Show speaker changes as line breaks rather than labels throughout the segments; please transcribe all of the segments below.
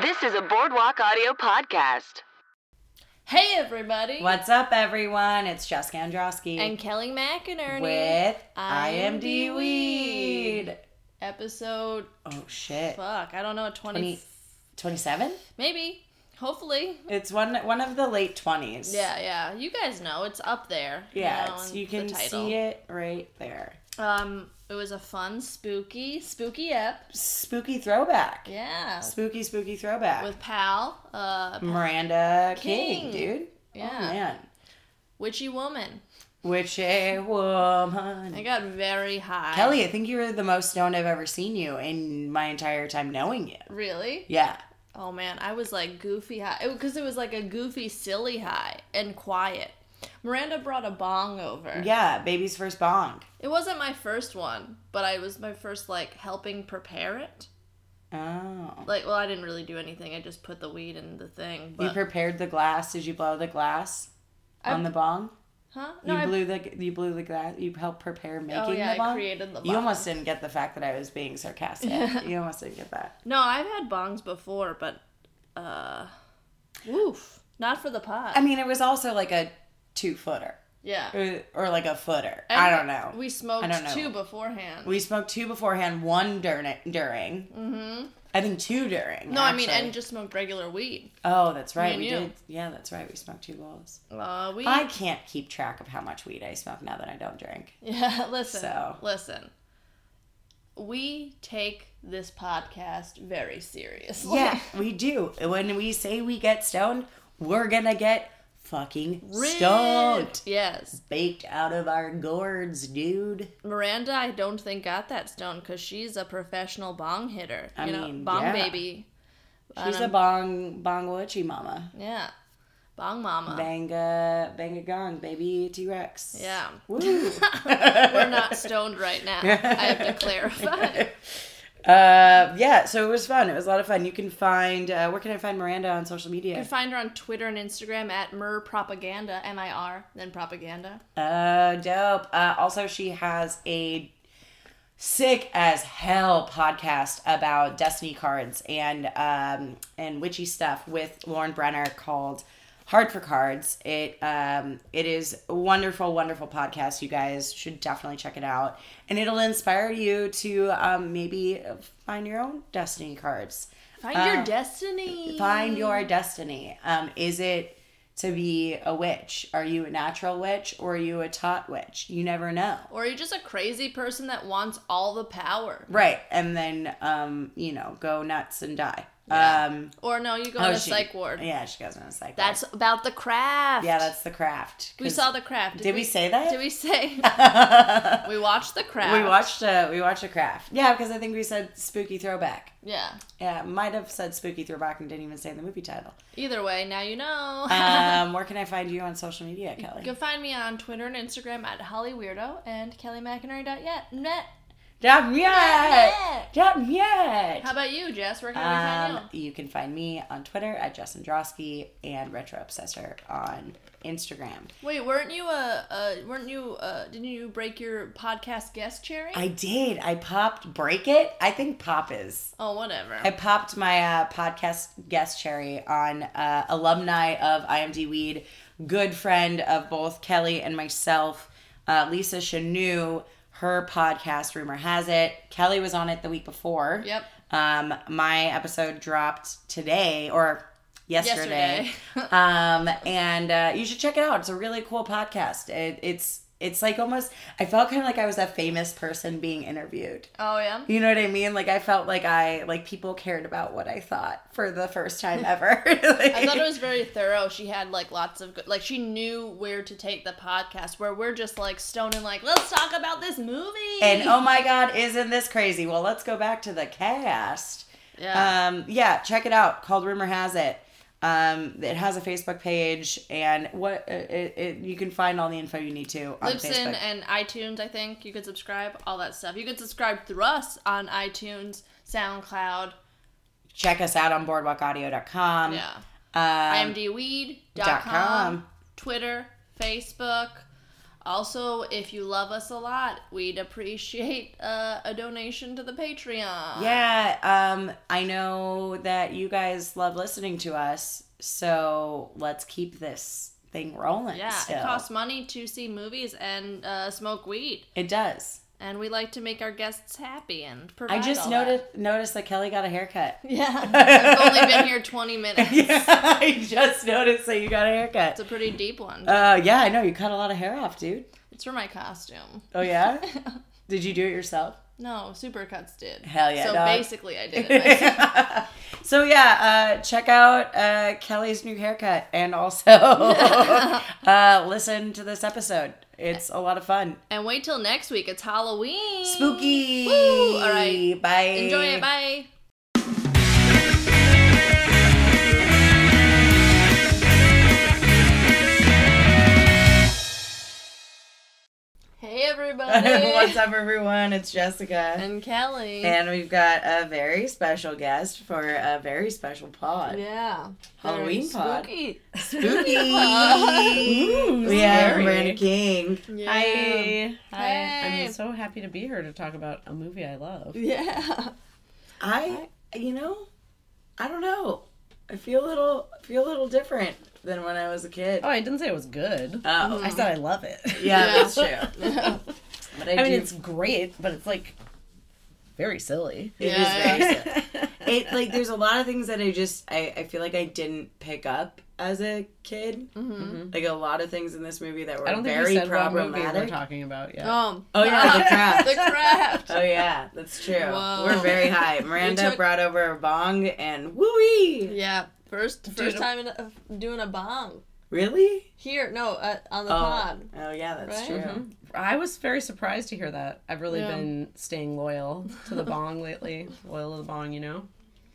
This is a Boardwalk Audio podcast.
Hey everybody!
What's up, everyone? It's Jessica Androsky
And Kelly McInerney
with
IMD
IMD Weed.
episode.
Oh shit,
Fuck, I don't know. Twenty,
twenty twenty seven.
maybe, hopefully.
It's one one of the late twenties.
Yeah, yeah. You guys know it's up there.
yeah.
know,
it's-
in
you can
the title.
see it right there.
Um, it was a fun, spooky, spooky ep.
Spooky throwback.
Yeah,
Spooky, spooky throwback
with Pal, uh,
Miranda
King.
King, dude.
Yeah.
Oh man,
witchy woman.
witchy woman.
I got very high.
Kelly, I think you're the most stoned I've ever seen you in my entire time knowing you.
Really?
Yeah.
Oh man, I was like goofy high because it was like a goofy, silly high and quiet. Miranda brought a bong over.
Yeah, baby's first bong.
It wasn't my first one, but I was my first like helping prepare it.
Oh.
Like, well, I didn't really do anything. I just put the weed in the thing.
You
But,
prepared the glass. Did you blow the glass
I-
on the bong?
huh? No,
you
I,
blew the you blew the glass. You helped prepare making
oh yeah,
the bong.
I created the. Bong.
You almost didn't get the fact that I was being sarcastic. you almost didn't get that.
No, I've had bongs before, but uh, woof, not for the pot.
I mean, it was also like a two footer
yeah,
or, or like a footer.
And
I don't know.
We smoked
I don't know.
two beforehand.
We smoked two beforehand, one during. during. Mm-hmm. I think two during.
no, I mean,
actually.
and just smoked regular weed.
oh, that's right.
me
We
and you.
did. Yeah, that's right. We smoked two bowls.
Uh, we
I can't keep track of how much weed I smoke now that I don't drink.
Yeah, listen.
So.
Listen. We take this podcast very seriously.
Yeah, we do. When we say we get stoned, we're gonna get fucking
Ripped.
stoned.
Yes.
Baked out of our gourds, dude.
Miranda, I don't think got that stone because she's a professional bong hitter.
I
you know,
mean,
bong
yeah.
baby.
She's a bong bong witchy mama.
Yeah. Bong
Oh.
mama.
Banga banga gong, baby T Rex.
Yeah.
Woo.
We're not stoned right now. I have to clarify.
uh yeah, so it was fun. It was a lot of fun. You can find uh where can I find Miranda on social
You can
media?
find her on Twitter and Instagram at Mir Propaganda, M I R, then propaganda.
Uh dope. Uh also she has a sick as hell podcast about destiny cards and um and witchy stuff with Lauren Brenner called Hard for Cards. It um it is a wonderful wonderful podcast. You guys should definitely check it out and it'll inspire you to um maybe find your own destiny cards.
Find your destiny.
Uh, Find your destiny. Um is it to be a witch? Are you a natural witch or are you a taught witch? You never know.
Or you're just a crazy person that wants all the power.
Right. And then um, you know, go nuts and die. Um
Or no, you go to
oh,
the
she-
psych ward.
Yeah, she goes in a psych ward.
That's about the craft.
yeah, that's the craft.
we
'Cause-
saw the craft.
Did we, say that?
Did we say? we watched the craft.
we watched uh we watched a craft. Yeah, because I think we said spooky throwback.
Yeah.
Yeah, might have said spooky throwback and didn't even say the movie title.
Either way, now you know.
Um, where can I find you on social media, Kelly?
you can find me on Twitter and Instagram at Holly Weirdo and KellyMcInerney.net. Net.
Not
Yeah.
yet. Not yet.
How about you, Jess? Where can we
Um,
find you?
you can find me on Twitter at Jess Androsky and Retro Obsessor on Instagram.
Wait, weren't you uh, uh weren't you uh didn't you break your podcast guest cherry?
I did. I popped break it. I think pop is.
oh, whatever.
I popped my uh, podcast guest cherry on uh, alumni of IMD Weed, good friend of both Kelly and myself, uh, Lisa Chanou. Her podcast, rumor has it, Kelly was on it the week before.
Yep.
Um, my episode dropped today or yesterday.
Yesterday.
um, and uh, you should check it out. It's a really cool podcast. It, it's it's like almost. I felt kind of like I was a famous person being interviewed.
oh yeah.
You know what I mean? Like I felt like I like people cared about what I thought for the first time ever.
I thought it was very thorough. She had like lots of good, like she knew where to take the podcast. Where we're just like stoned and like, let's talk about this movie.
and oh my god, isn't this crazy? Well, let's go back to the cast.
yeah,
Um, yeah, check it out. Called Rumor Has It. Um, it has a Facebook page, and what uh, it, it, you can find all the info you need to on
Libsyn
Facebook.
and iTunes. I think you could subscribe. All that stuff. You could subscribe through us on iTunes, SoundCloud.
Check us out on BoardwalkAudio.com.
Yeah,
Um,
imdweed.com,
dot com.
Twitter, Facebook. Also, if you love us a lot, we'd appreciate uh, a donation to the Patreon.
Yeah, um, I know that you guys love listening to us, so let's keep this thing rolling.
Yeah,
still.
it costs money to see movies and uh, smoke weed,
It does.
and we like to make our guests happy and provide.
I just
all
noticed noticed that Kelly got a haircut.
That. Yeah, I've only been here twenty minutes.
yeah, I just noticed that you got a haircut.
It's a pretty deep one.
Uh, yeah, I know you cut a lot of hair off, dude.
it's for my costume.
Oh yeah, did you do it yourself?
No, Supercuts did.
Hell yeah,
So
dog.
basically, I did it. myself.
so yeah, uh, check out uh, Kelly's new haircut, and also uh, listen to this episode. It's a lot of fun.
and wait till next week. It's Halloween.
Spooky.
Woo! All right.
Bye.
Enjoy it. Bye. Hey everybody.
What's up, everyone? It's Jessica.
And Kelly.
And we've got a very special guest for a very special pod.
yeah.
Halloween
Very
pod.
spooky.
Spooky.
Ooh,
we have
scary.
Miranda King.
Yeah.
Hi.
Hey.
I'm so happy to be here to talk about a movie I love.
Yeah.
I, you know, I don't know. I feel a little, I feel a little different than when I was a kid.
Oh, I didn't say it was good.
Oh,
I said I love it.
yeah,
Yeah.
that's true.
Mm-hmm.
But I,
I mean,
do-
it's great, but it's like very silly.
it is
Yeah,
very silly. It like there's a lot of things that I just I, I feel like I didn't pick up as a kid.
Mhm.
Like a lot of things in this movie that were
Mm-hmm. I don't think
very
we said what movie we're
problematic.
talking about yet.
Um,
oh yeah, the crap.
the craft.
Oh yeah, that's true.
Whoa.
We're very high. Miranda
We took-
brought over a bong and wooey.
Yeah. First first
Dude.
time in a, doing a bong.
Really?
Here, no, uh, on the
oh.
pod.
Oh yeah, that's
Right?
true.
Mhm. I was very surprised to hear that. I've really
Yeah.
been staying loyal to the bong lately. Loyal to the bong, you know?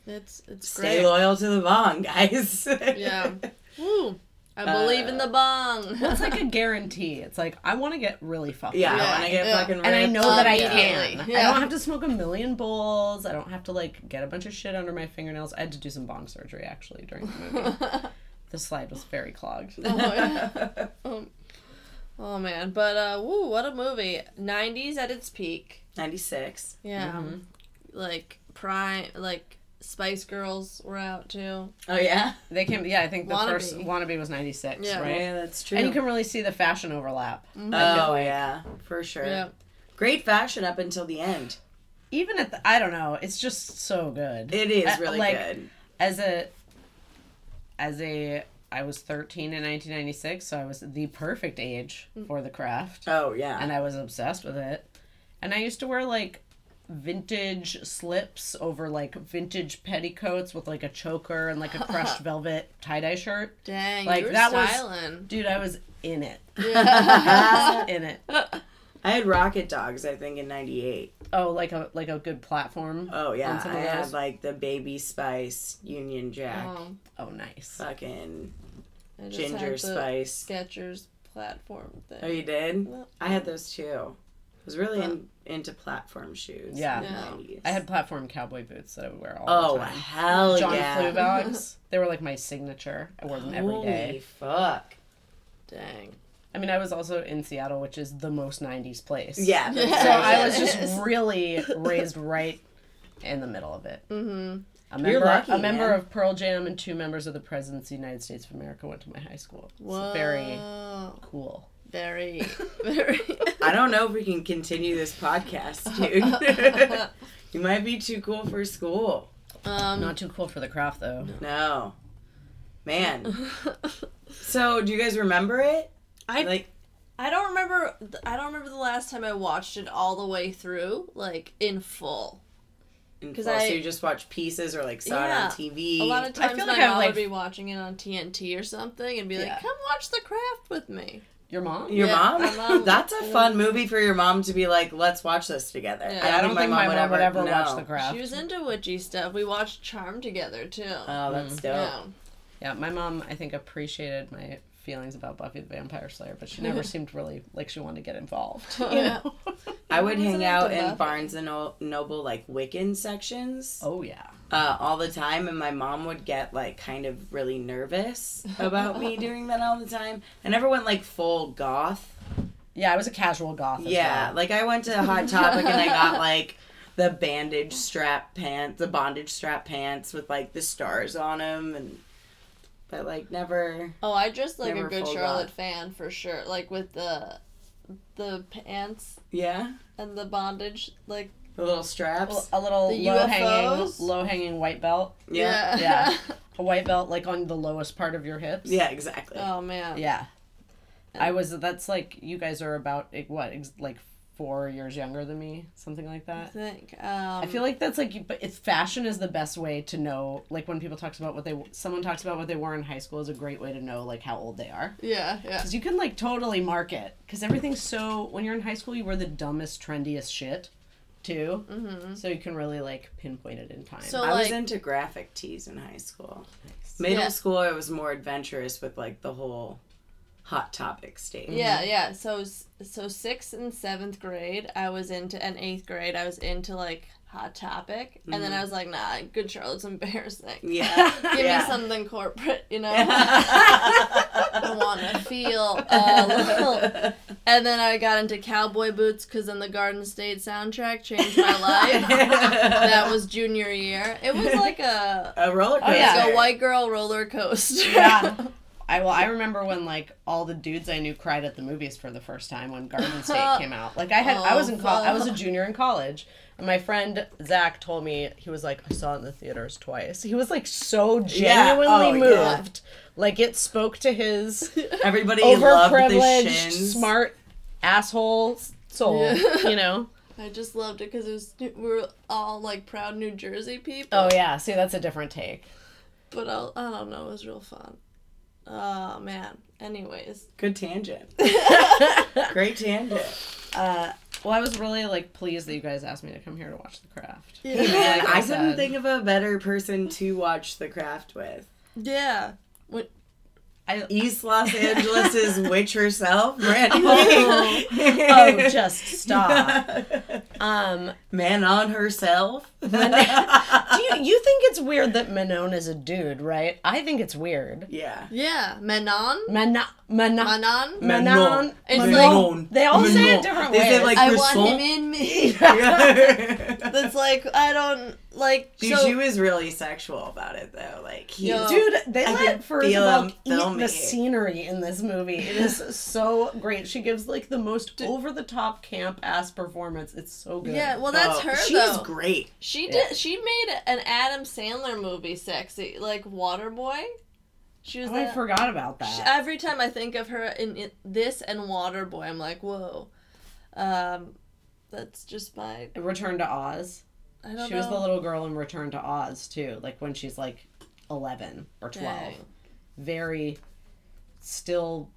It's it's
Stay
great.
loyal to the bong, guys.
Yeah. Woo. I believe in the bong.
It's like a guarantee. It's like, I want to get really fucked
Yeah,
up.
I want to get
Yeah.
fucking
and I
ripped.
know that I
Immediately.
can. I
Yeah.
don't have to smoke a million bowls. I don't have to like get a bunch of shit under my fingernails. I had to do some bong surgery actually during the movie. the slide was very clogged.
oh, yeah. Um, oh, man, but uh, woo, what a movie! '90s at its peak.
96.
Yeah, like prime, like Spice Girls were out too.
Oh yeah.
They came. Yeah, I think the
Wannabe.
first wannabe was ninety six.
Yeah.
Right.
Yeah, that's true.
And you can really see the fashion overlap.
oh yeah, for sure.
Yeah,
Great fashion up until the end.
Even at the, I don't know, it's just so good.
It is
Uh,
really
like,
good.
As a, as a, I was thirteen in nineteen ninety six, so I was the perfect age
Mm.
for the craft.
Oh yeah.
and I was obsessed with it. And I used to wear like vintage slips over like vintage petticoats with like a choker and like a crushed velvet tie dye shirt.
dang,
Like,
you were
that was-
styling.
Dude, I was in it.
yeah,
in it.
I had Rocket Dogs, I think, in '98.
Oh, like a like a good platform.
Oh yeah,
On some
I
of
had
those.
like the Baby Spice Union Jack,
oh,
Oh, nice.
fucking
I just had
Ginger
the
Spice.
Skechers platform thing.
Oh, you did?
Well-
I had those too. I was really in, into platform shoes.
Yeah.
in the
Yeah.
90s.
I had platform cowboy boots that I would wear all
Oh
the time.
hell
John
yeah!
Flubox. They were like my signature. I wore them every
Holy
day.
fuck!
Dang,
I mean, I was also in Seattle, which is the most 90s place.
Yeah. that's
Yeah.
So
right.
I was
Yes.
just really raised right in the middle of it. Mm-hmm. A member,
You're lucky,
a member
man.
of Pearl Jam and two members of the Presidents of the United States of America went to my high school.
Whoa.
It's very cool.
very, very.
I don't know if we can continue this podcast, dude. you might be too cool for school.
um,
Not too cool for the craft, though.
No, man. So do you guys remember it?
I
Like
I don't remember. I don't remember the last time I watched it all the way through, like in full.
in
'Cause
full, so
I-
you just watch pieces or like saw it
Yeah.
on TV.
A lot of
I
times,
feel
my
like I've,
mom
like-
would be watching it on TNT or something, and be
Yeah.
like, "Come watch The Craft with me."
Your mom?
your
Yeah, my
mom?
mom-
That's a fun movie for your mom to be like, let's watch this together.
Yeah.
I don't think my mom, would ever, watch the craft. Um,
She was into witchy stuff. We watched Charm together too.
Oh, that's dope.
Mm. yeah.
yeah, my mom, I think, appreciated my feelings about Buffy the Vampire Slayer, but she never seemed really like she wanted to get involved. You know?
I would
Wasn't
hang
it
out
the
in
Buffy?
Barnes and No- Noble like Wiccan sections
oh yeah.
uh, all the time, and my mom would get like kind of really nervous about me doing that all the time. I never went like full goth.
Yeah, I was a casual goth. as
Yeah,
well.
like I went to Hot Topic and I got like the bandage strap pants, the bondage strap pants with like the stars on them, and but like never.
Oh, I dressed like
Never
a good
full
Charlotte
goth.
fan for sure. Like with the the pants
Yeah,
and the bondage. Like
the little straps.
a little
The
low hanging,
UFOs?
low hanging white belt.
yeah.
Yeah. A white belt like on the lowest part of your hips.
yeah, exactly.
oh man.
Yeah. I was. That's like you guys are about like, what ex- like four years younger than me, something like
I
that.
think. Um,
I feel like that's like, you- but it's fashion is the best way to know. Like when people talks about what they, someone talks about what they wore in high school is a great way to know like how old they are.
Yeah, yeah.
Because you can like totally mark it. Because everything's so. When you're in high school, you wear the dumbest, trendiest shit, too. Mm-hmm. So you can really like pinpoint it in time.
So
I
like,
was into graphic tees in high school. Middle
Yeah.
school, I was more adventurous with like the whole Hot Topic stage.
yeah,
Mm-hmm.
yeah. So s- so sixth and seventh grade, I was into, and eighth grade, I was into like Hot Topic, and
Mm-hmm.
then I was like, nah, Good Charlotte's embarrassing.
Yeah.
Give
yeah.
me something corporate, you know. I want to feel a little. And then I got into cowboy boots because then the Garden State soundtrack changed my life. that was junior year. It was like a
a roller coaster.
yeah.
like a white girl roller coaster.
yeah. I well, I remember when like all the dudes I knew cried at the movies for the first time when Garden State came out. Like I had, I was in col- I was a junior in college, and my friend Zach told me he was like, I saw it in the theaters twice. He was like so
Yeah.
genuinely
Oh, yeah.
moved, like it spoke to his
Everybody loved the
overprivileged,
shins.
smart asshole soul. You know.
I just loved it because it was we were all like proud New Jersey people.
Oh yeah. See, that's a different take.
But I'll, I don't know, it was real fun. Oh man. Anyways,
Good tangent. Great tangent.
Well, I was really like pleased that you guys asked me to come here to watch The Craft.
Man,
Like I
I couldn't
said.
think of a better person to watch The Craft with.
yeah. What,
I,
East Los Angeles' witch herself, Brandy.
oh, just stop. Um,
Man on herself.
do you, you think it's weird that Manon is a dude, right? I think it's weird.
yeah.
yeah, Manon.
Manon, Manon,
Manon.
Manon.
It's
Manon.
They all say
Manon.
it different
They say
ways.
like
I want
croissant.
him in me. That's like I don't like.
Dude,
so,
she was really sexual about it though. Like he,
Yo.
Dude, they
I
let
can
first
feel
Isabel
them
eat
filming.
the scenery in this movie. It is so great. She gives like the most over the top camp ass performance. It's so good.
yeah, well, that's
Oh,
her
She's
though.
great.
She did. She made an Adam Sandler movie sexy, like Waterboy. She was
Oh, I
that-
forgot about that.
She- every time I think of her in, in this and Waterboy, I'm like, whoa. Um, that's just my.
Return to Oz.
I don't
She
know.
was the little girl in Return to Oz too, like when she's like eleven or twelve.
Dang.
Very still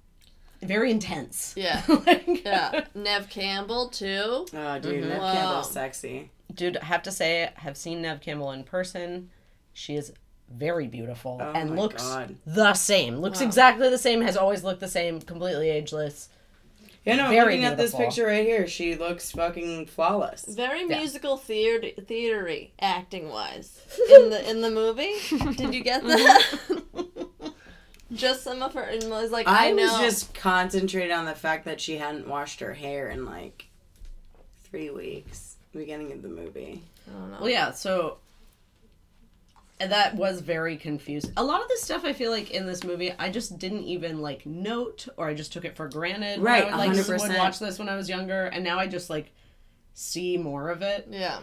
very intense.
Yeah.
Like-
yeah, Nev Campbell too.
Oh, dude, that
Wow.
Campbell's sexy.
Dude, I have to say I have seen Nev Campbell in person. She is very beautiful and
Oh my
looks
God.
the same. Looks exactly the same, has always looked the same, completely ageless.
You know, I'm
Very
looking at this
beautiful.
picture right here. She looks fucking flawless.
Very musical theater theatery acting wise in the in the movie. Did you get that? just some of her and was like I,
I,
know.
was just concentrated on the fact that she hadn't washed her hair in like three weeks. Beginning of the movie.
I don't know.
Well, yeah, so and that was very confusing. A lot of the stuff I feel like in this movie, I just didn't even like note, or I just took it for granted. when
Right,
I would, like
100%.
would watch this when I was younger, and now I just like see more of it.
Yeah.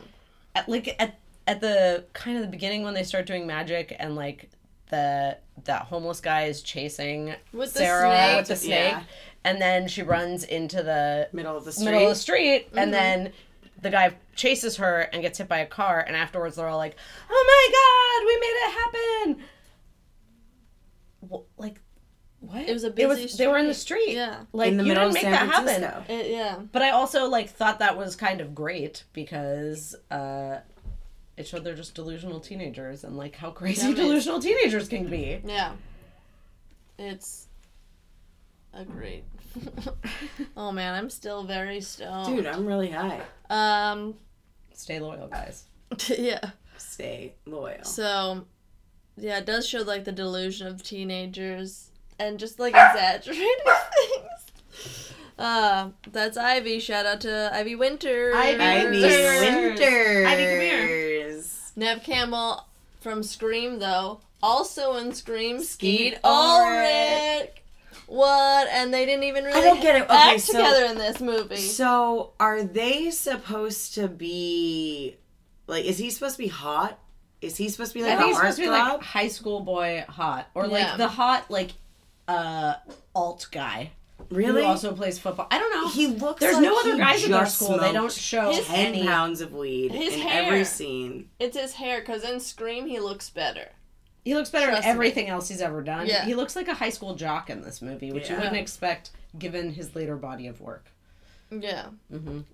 At, like at at the kind of the beginning when they start doing magic and like the that homeless guy is chasing
With the
Sarah
snake.
with the snake,
Yeah.
and then she runs into the
Middle of the street.
middle of the street, and then the guy chases her and gets hit by a car. And afterwards, they're all like, "Oh my god, we made it happen!" Wha- like, what?
It was a
It was.
busy
They were in the
street.
street.
Yeah.
Like
in the
you
middle
didn't make
of San
that
Francisco.
happen.
It, yeah.
But I also like thought that was kind of great because uh, it showed they're just delusional teenagers and like how crazy
Dummies.
delusional teenagers can be.
Yeah. It's agreed. oh man, I'm still very stoned.
Dude, I'm really high.
Um
Stay loyal, guys.
yeah.
Stay loyal.
So yeah, it does show like the delusion of teenagers and just like exaggerating things. Uh, that's Ivy. Shout out to Ivy Winter.
Ivy
Ivy
Winters.
Winters.
Ivy, come here.
Nev Campbell from Scream, though, also in Scream,
Skeet
Skeet Ulrich. What? And they didn't even really
don't get it. Okay,
act
so-
together in this movie.
So are they supposed to be like? Is he supposed to be hot? Is he supposed to be
I
like
think
a
he's supposed to be like
heartthrob?
high school boy hot or
Yeah.
like the hot like uh alt guy
Really?
who also plays football. I don't know.
he looks.
Oh, There's
like
no other
he
guys in their
just
school. They don't
smoked
show
His-
ten
any.
pounds of weed
His
in
hair.
every scene.
it's his hair, because in Scream, he looks better.
He looks better in
Trust me.
everything else he's ever done.
Yeah.
He looks like a high school jock in this movie, which you
Yeah.
wouldn't expect given his later body of work.
Yeah.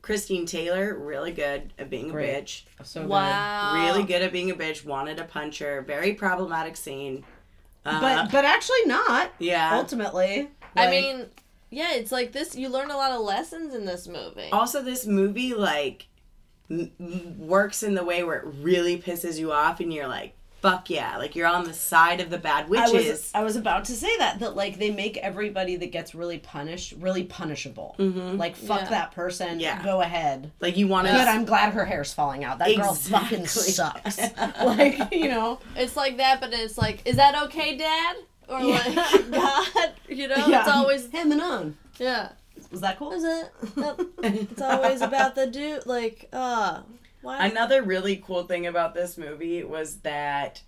Christine Taylor, really good at being a
Great.
bitch.
So
Wow.
really good at being a bitch. Wanted to punch her. Very problematic scene. Uh,
good. But but actually not.
yeah.
Ultimately,
I
Like,
mean, yeah, it's like this. You learn a lot of lessons in this movie.
also this movie like m- m- works in the way where it really pisses you off and you're like fuck yeah like you're on the side of the bad
I
witches
was I was about to say that that like they make everybody that gets really punished really punishable. Like fuck
Yeah.
that person.
Yeah.
Go ahead.
like you want to
Good. I'm glad her hair's falling out. That girl fucking
Exactly.
sucks. like you know.
It's like that, but it's like, is that okay, Dad? Or like, God? You know, it's always,
Oh, him and on.
yeah.
Was that cool?
Is it? It's always about the dude, like, uh, why?
another really cool thing about this movie was that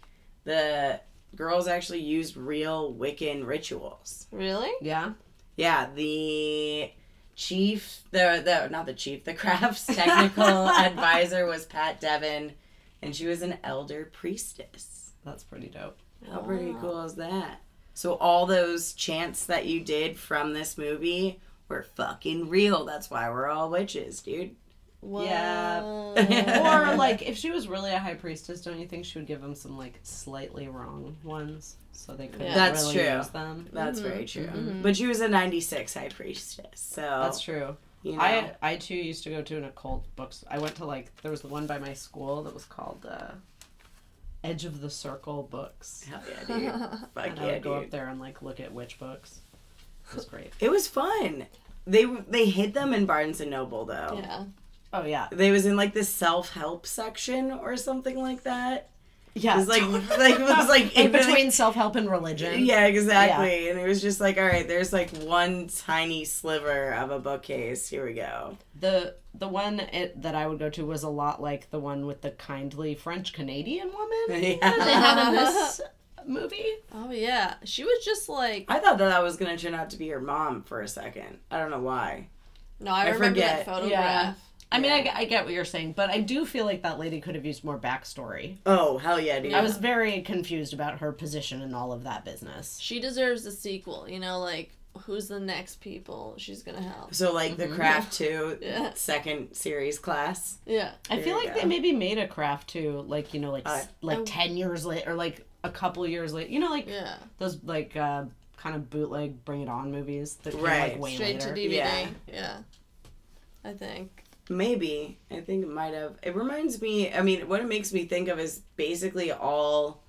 the girls actually used real wiccan rituals
Really?
Yeah.
yeah the chief the the not the chief the crafts technical advisor was pat devin and she was an elder priestess
That's pretty dope.
How pretty cool is that? So all those chants that you did from this movie were fucking real. That's why we're all witches, dude.
Yeah.
Whoa.
or like if she was really a high priestess, don't you think she would give them some like slightly wrong ones so they couldn't
Yeah.
That's
really
true.
use them?
That's very true. But she was a 96 high priestess. So
That's true.
Oh. You know,
I I too used to go to an occult books. I went to like there was the one by my school that was called uh, Edge of the Circle books.
hell yeah, dude. Fuck
And I
yeah,
would go up
dude.
there and like look at witch books. It was great.
It was fun. They w- they hid them in Barnes and Noble though.
yeah.
Oh yeah,
They was in like the self help section or something like that. It
yeah.
was like like it was like
in between self help and religion.
Yeah, exactly. And it was just like, all right, there's like one tiny sliver of a bookcase. Here we go.
The the one it, that I would go to was a lot like the one with the kindly French Canadian woman that they
Yeah.
had in this movie.
Oh, yeah. She was just like,
I thought that that was going to turn out to be her mom for a second. I don't know why.
no, I,
I
remember
forget.
that photograph.
I mean, I, g- I get what you're saying, but I do feel like that lady could have used more backstory.
Oh, hell yeah, dude.
I was very confused about her position in all of that business.
She deserves a sequel, you know, like, who's the next people she's gonna help?
so, like,
Mm-hmm.
the Craft 2
Yeah.
second series class.
Yeah.
I feel
There you
like
go.
they maybe made a craft too, like you know, like s-
Uh,
like
Oh.
ten years late or like a couple years late. You know, like
Yeah.
those like uh, kind of bootleg Bring It On movies that came
Right.
like way
Straight
later.
to DVD.
Yeah.
yeah. I think.
Maybe. I think it might have. It reminds me, I mean, what it makes me think of is basically all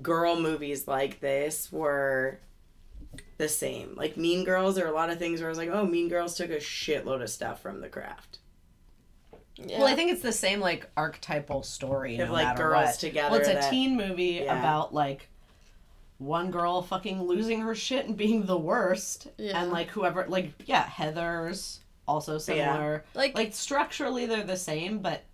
girl movies like this were the same. Like Mean Girls, there are a lot of things where I was like, oh, Mean Girls took a shitload of stuff from The Craft.
Yeah.
Well, I think it's the same like archetypal story.
Of,
no
like,
matter
girls
what.
together
Well, it's a
that-
teen movie
Yeah.
about like one girl fucking losing her shit and being the worst,
Yeah.
and like whoever, like yeah, Heather's also similar.
Like-
like structurally they're the same, but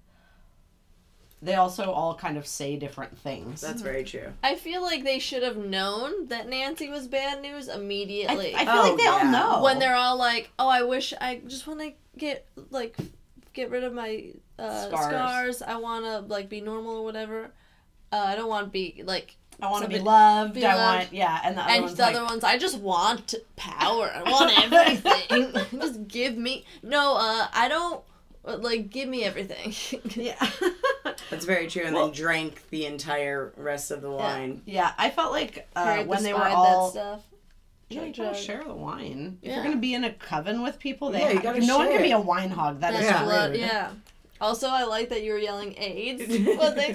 they also all kind of say different things.
That's very true.
I feel like they should have known that Nancy was bad news
I,
immediately.
I feel
Oh,
like they all
yeah.
know
when they're all like, "Oh, I wish I just want to get like get rid of my uh,
Scars.
scars. I want to like be normal or whatever. Uh, I don't want to be like."
I want to be
somebody-
loved.
be
I
loved.
want yeah, and the other
and
one's
the
like,
other ones, I just want power. I want everything. just give me no. Uh, I don't uh, like give me everything.
yeah.
That's very true. And then drank the entire rest of the wine.
Yeah, I felt like uh,
Harriet
when they were
despired
all
that stuff.
Yeah, you
Jug.
gotta share the wine. If
Yeah.
you're gonna be in a coven with people, they
Yeah, you
ha-
gotta
no one
share
can be
it.
a wine hog. That is
That's what-
rude.
yeah. Also, I like that you were yelling AIDS. when they-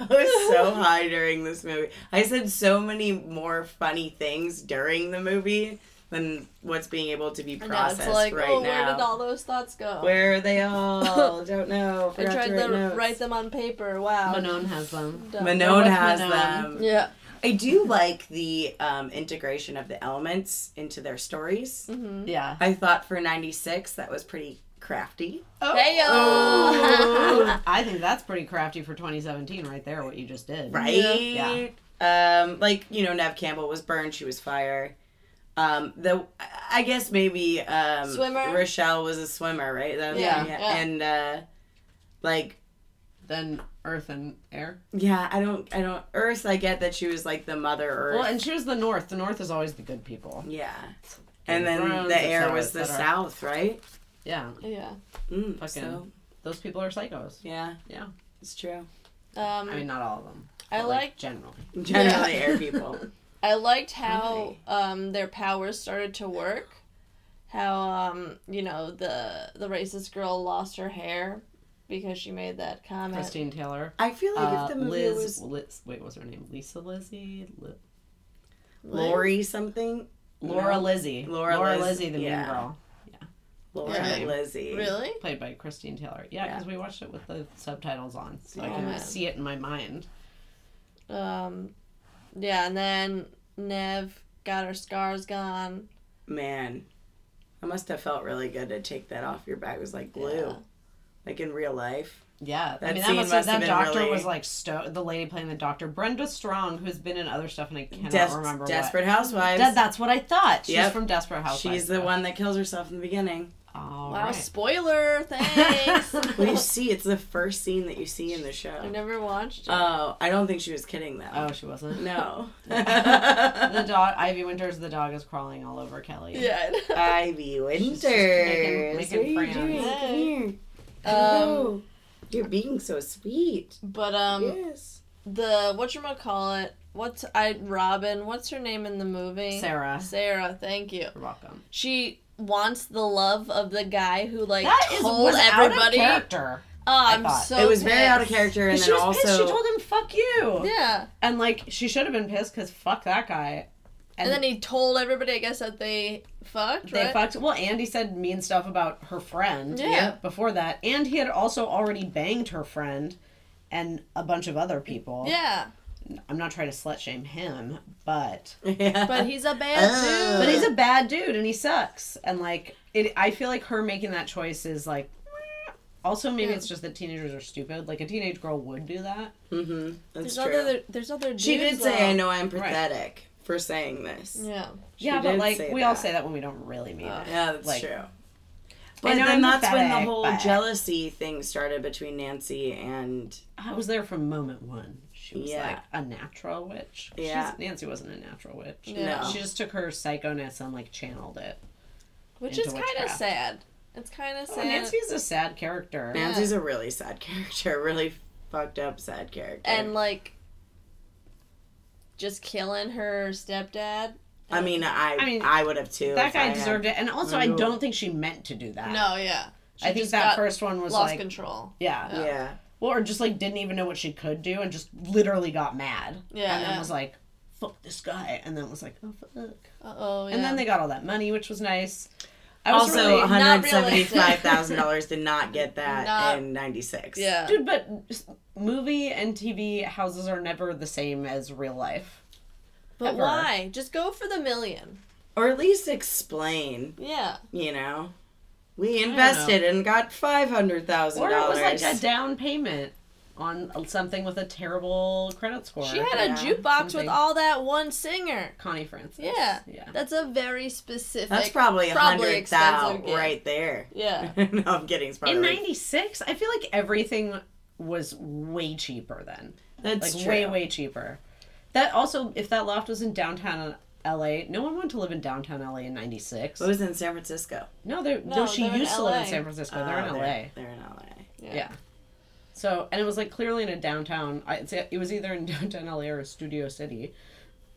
I was so high during this movie. I said so many more funny things during the movie than what's being able to be
And now
processed
it's like,
right
oh,
now.
where did all those thoughts go?
Where are they all? Don't know.
I
Forgot
tried
to
to
write notes.
write them on paper. Wow.
Manon has them.
Dumb.
Manon
with
has
Manon.
them.
Yeah.
I do like the um, integration of the elements into their stories.
Mm-hmm.
Yeah.
I thought for 96 that was pretty crafty.
Hey yo.
Oh.
Oh. I think that's pretty crafty for 2017, right there. What you just did.
Right? Um like, you know, Nev Campbell was burned, she was fire. Um the I guess maybe um
Swimmer?
Rochelle was a swimmer, right? That was-
Yeah,
yeah.
And uh like
Then Earth and Air.
yeah, I don't I don't Earth I get that she was like the mother Earth.
Well, and she was the North. The North is always the good people.
yeah. And
Game of
then
Thrones,
the
et
air
cetera,
was
et
the
cetera.
south, right?
Yeah.
yeah.
Mm,
Fucking-
so,
Those people are psychos.
yeah.
Yeah.
It's true.
Um,
I mean, not all of them.
I
but,
like
generally.
Generally air people.
I liked how um, their powers started to work. How um, you know the the racist girl lost her hair because she made that comment.
Christine Taylor.
I feel like
Uh,
if the movie
Liz,
was
Liz. Wait, what was her name? Lisa Lizzie. Li-
Lori something,
Laura
No.
Lizzie.
Laura Liz-
Lizzie, the
yeah.
mean girl,
Laura
Really?
and Lizzie.
Really?
played by Christine Taylor. Yeah,
Yeah.
because we watched it with the subtitles on, so I
Yeah.
can
Yeah.
see it in my mind.
Um, yeah, and then Nev got her scars gone.
Man, I must have felt really good to take that off your back. It was like glue,
Yeah.
like in real life.
Yeah, I
That
mean
scene
that must,
must have
that
been
doctor
really-
was like sto- the lady playing the doctor, Brenda Strong, who's been in other stuff, and I cannot
Des-
remember
Desperate
what.
Housewives.
That- that's what I thought. She's
Yep.
from Desperate Housewives.
She's the
though.
one that kills herself in the beginning.
All
wow,
right.
spoiler! Thanks.
Well, you see, it's the first scene that you see in the
I
show.
never watched.
Um,
It.
Oh, I don't think she was kidding though.
Oh, she wasn't.
No.
The dog, Ivy Winters, the dog is crawling all over Kelly.
yeah.
uh,
Ivy Winters.
just making- making
what are you
friends.
doing? Come here.
Um,
Oh, you're being so sweet.
but um,
yes.
the what you call it? What's I Robin? What's her name in the movie?
Sarah,
Sarah, thank you.
you're welcome.
She wants the love of the guy who like
That is
told everybody. Oh,
character.
I'm
thought.
so.
It was very out of
pissed.
character, and
oh, she
then
was
also
pissed. She told him, "Fuck you,"
Yeah,
and like she should have been pissed because fuck that guy.
and, then he told everybody, I guess, that they fucked.
They
right?
fucked. Well, Andy said mean stuff about her friend.
Yeah. Yep.
Before that, and he had also already banged her friend, and a bunch of other people.
Yeah,
I'm not trying to slut shame him, but
Uh.
but he's a bad
Oh.
dude.
but he's a bad dude and he sucks. And like it, I feel like her making that choice is like. meh. Also, maybe
Yeah.
it's just that teenagers are stupid. Like a teenage girl would do that.
mm-hmm. That's
There's
true.
other. There's other. Dudes,
she did say, "I
though.
know I'm
Right.
pathetic for saying this." Yeah,
Yeah.
yeah, but
did
like
say
we all
that. Oh.
say that when we don't really mean
Uh,
it.
that's
Like,
true. But
know
then
I'm
that's when the
pathetic,
whole
but-
jealousy thing started between Nancy and
I was there from moment one. She was
Yeah.
like a natural witch.
Yeah.
She's, Nancy wasn't a natural witch.
Yeah.
No.
She just took her psychoness and like channeled it.
Which
Into
is kind of
witchcraft.
sad. It's kind of
Oh,
sad.
Nancy's a sad character.
Yeah.
Nancy's a really sad character, really fucked up sad character.
and like, just killing her stepdad.
I mean, I I,
I mean,
would have too.
That
if
guy
I
deserved it. And also, I
No.
don't think she meant to do that.
No, yeah. She
I think
just
that
got
first one was
lost
like,
control.
yeah.
Had. Yeah,
Well, or just like didn't even know what she could do and just literally got mad.
Yeah,
And then
yeah.
was like, fuck this guy. And then was like, oh, fuck.
Uh oh. Yeah.
And then they got all that money, which was nice. I was
also
really,
one
Not
hundred
realistic.
seventy-five thousand dollars did not get that
Not-
in '96.
Yeah.
Dude, but s- movie and TV houses are never the same as real life.
but
ever.
why? Just go for the million.
or at least explain.
Yeah.
You know, we invested and got five hundred thousand
Or it was like
dollars.
a down payment on something with a terrible credit score.
She had a
yeah,
jukebox with
something.
all that one singer.
Connie Francis.
Yeah.
Yeah.
That's a very specific.
That's probably a
probably
hundred thousand
expensive gig.
right there.
Yeah.
no, I'm kidding. It's probably
In 96, I feel like everything was way cheaper then.
that's
Like
true.
way way cheaper. That also if that loft was in downtown LA, no one wanted to live in downtown LA in 96.
It was in San Francisco.
No, they no,
No,
she
they're in
used to live in
LA.
San Francisco. they're in
Oh,
LA.
They're in LA.
Yeah.
Yeah. So, and it was like clearly in a downtown. I, it's, it was either in downtown LA or Studio City.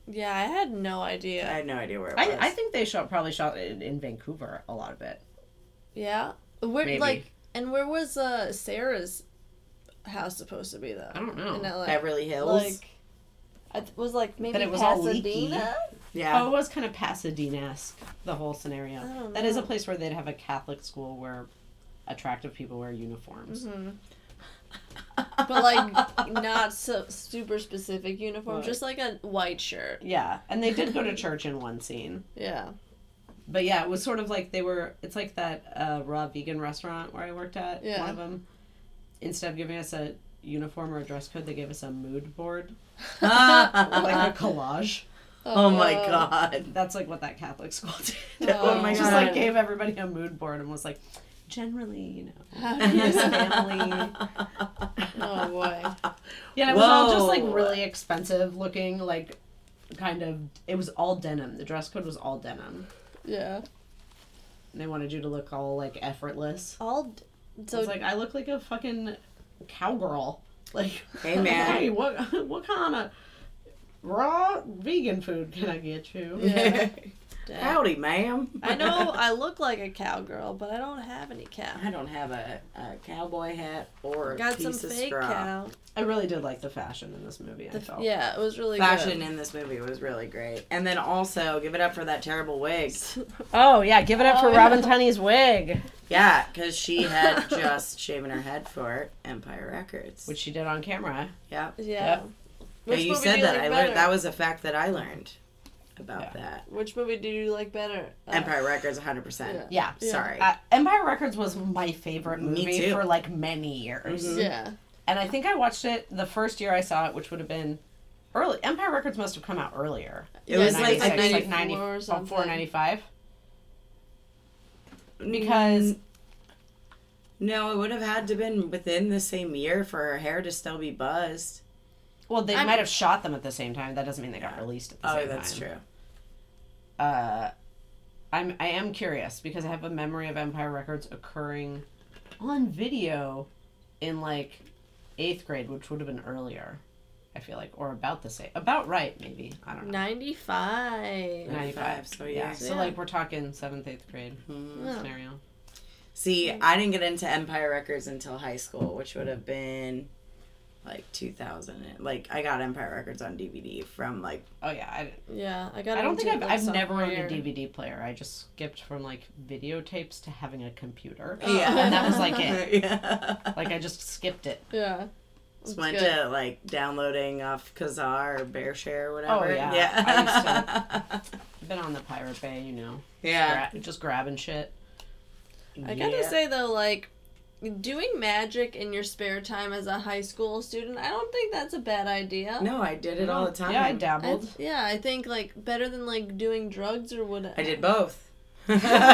Yeah, I had no
I
idea.
had no idea where it was.
I, I think they shot probably shot in, in Vancouver a lot of it.
Yeah. Where
Maybe.
like and where was uh Sarah's house supposed to be though?
I don't know.
In LA.
Beverly Hills.
Like I th- was like maybe
it was all leaky.
Pasadena. Yeah.
Oh, it was kind of Pasadena-esque, the whole scenario.
don't
That is a place where they'd have a Catholic school where attractive people wear uniforms.
But like not so super specific uniform,
Right.
just like a white shirt.
Yeah, and they did go to church in one scene.
Yeah.
But yeah, it was sort of like they were. It's like that uh, raw vegan restaurant where I worked at.
Yeah.
One of them, instead of giving us a uniform or a dress code, they gave us a mood board,
Uh-huh.
like a collage.
Oh, no.
god.
That's like what that Catholic school did.
Oh,
It
my
Just like
God.
gave everybody a mood board and was like, generally, you know,
How do you-
this family.
oh boy.
Yeah, it was all just
Whoa.
like really expensive looking, like kind of. It was all denim. The dress code was all denim.
Yeah.
They wanted you to look all like effortless.
All d-
So
so
it's like I look like a fucking cowgirl. Like,
Hey, man.
hey, what what kind of raw vegan food can I get you?
Yeah. Damn.
Howdy, ma'am.
I know I look like a cowgirl, but I don't have any cow.
I don't have a, a cowboy hat or a
Got
piece
some
of
fake
straw.
cow.
I really did like the fashion in this movie. I
The f-
felt.
yeah, it was really
Fashion
good.
in this movie was really great. And then also, give it up for that terrible wig.
Oh yeah, give it up
for
for
Robin
Robin Tunney's wig,
Yeah, because she had just shaven her head for Empire Records.
which she did on camera.
yeah.
Yeah.
Yep.
Which
you
movie do
said
you
that.
like
I
better?
learned that was a fact that I learned about
Yeah.
that.
Which movie do you like better? Uh,
Empire Records, 100%.
yeah.
Yeah.
Sorry.
Uh, Empire Records was my favorite
Me
movie
too. Mm-hmm.
for like many years.
Yeah.
And I think I watched it the first year I saw it, which would have been early. Empire Records must have come out earlier.
It
Yeah,
was like,
like
96,
94
oh,
or something.
94, 95. Because
no, it would have had to been within the same year for her hair to still be buzzed.
well, they
I'm-
might have shot them at the same time. That doesn't mean they got released at the
Oh,
same time.
that's true.
Uh, I'm I am curious because I have a memory of Empire Records occurring on video in like eighth grade, which would have been earlier. I feel like, or about the same, about right maybe. I don't know.
95.
95.
so
yeah.
yeah.
So, like, we're talking seventh, eighth grade scenario.
Mm-hmm. See, I didn't get into Empire Records until high school, which would have been like 2000. and- Like I got Empire Records on DVD from like
Oh, yeah. I,
Yeah, I got
I don't
into
think I've,
it, like,
I've never
sophomore
owned a
year.
DVD player. I just skipped from like videotapes to having a computer.
Yeah.
And that was like it.
yeah.
Like, I just skipped it.
Yeah.
Just went
good.
to like downloading off Kazaa or BearShare or whatever.
Oh, yeah.
yeah.
I've been on the Pirate Bay, you know,
yeah.
gra- just grabbing shit.
I gotta
Yeah.
say though, like doing magic in your spare time as a high school student, I don't think that's a bad idea.
No, I did it all the time.
Yeah, I
I,
dabbled.
yeah, I think like better than like doing drugs or whatever.
I did both.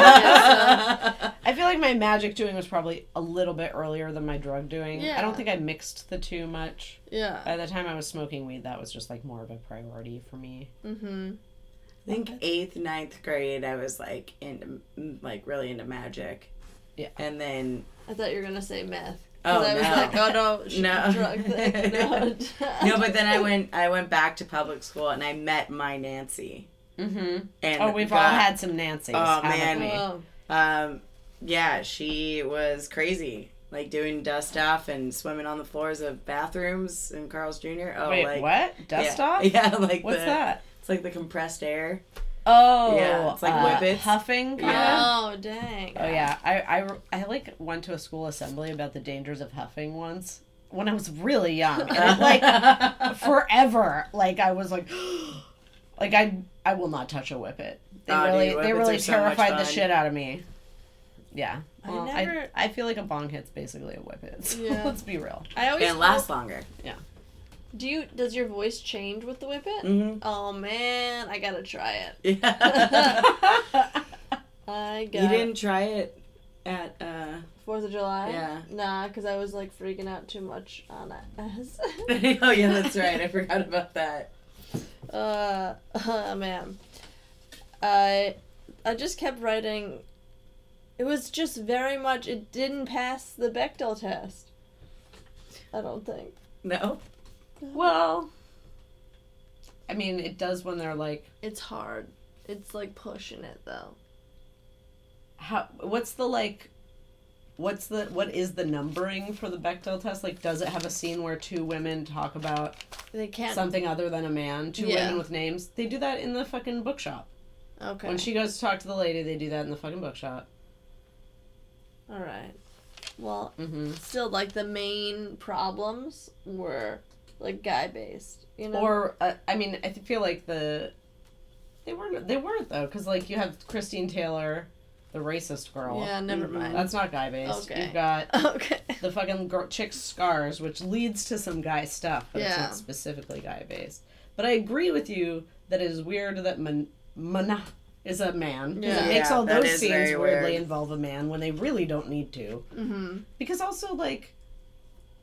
Yeah.
I feel like my magic doing was probably a little bit earlier than my drug doing. I
Yeah.
don't think I mixed the two much.
Yeah.
By the time I was smoking weed, that was just like more of a priority for me.
Mm-hmm.
I think eighth, ninth grade, I was like into m- like really into magic.
Yeah.
And then
I thought you were gonna say meth.
oh
'Cause I was
no.
like, oh no, sh-
No.
drug thing. No.
no, but then I went. I went back to public school and I met my Nancy.
Mm-hmm.
And
Oh, we've all
got-
had some Nancy's.
Oh, man.
haven't we?
Whoa.
Um, yeah, she was crazy, like doing dust off and swimming on the floors of bathrooms in Carl's Jr. Oh,
Wait,
like
what? Dust
yeah.
off?
Yeah, like
What's
the,
that?
It's like the compressed air.
Oh,
Yeah, it's like whippets.
huffing. Kind Of?
Oh dang.
Oh yeah, I, I I like went to a school assembly about the dangers of huffing once when I was really young, and it, like forever. Like I was like, like I I will not touch a whippet. They
Oh, dude,
really they
whippets
really
are so much
terrified the
fun.
shit out of me. Yeah,
I
well, I,
never-
I feel like a bong hit's basically a whippet. So
Yeah.
let's be real.
I always
And it lasts longer.
do you does your voice change with the whippet?
Mm-hmm.
Oh man, I gotta try it.
Yeah.
I got
you didn't try it at uh
Fourth of July.
Yeah.
Nah, because I was like freaking out too much on it.
Oh yeah, that's right. I forgot about that.
uh, oh man, I I just kept writing. It was just very much. It didn't pass the Bechdel test. I don't think.
No.
Well, I mean, it does when they're like.
It's hard. It's like pushing it though.
how what's the like what's the what is the numbering for the Bechdel test? Like, does it have a scene where two women talk about
They can't.
something other than a man? Two
Yeah.
women with names. They do that in the fucking bookshop.
okay.
When she goes to talk to the lady, they do that in the fucking bookshop.
All right. Well,
hmm
still, like the main problems were like guy based, you know.
Or uh, I mean, I feel like the they weren't they weren't though, because like you have Christine Taylor, the racist girl.
yeah, never
Mhm.
mind.
That's not guy based.
Okay.
You've got
Okay.
the fucking girl, chick's scars, which leads to some guy stuff, but it's
Yeah.
not specifically guy based. But I agree with you that it is weird that Mana Mana is a man. 'cause
Yeah.
it makes
Yeah,
all
that
those
is
scenes
very
weirdly
weird.
involve a man when they really don't need to.
Mm-hmm.
Because also, like,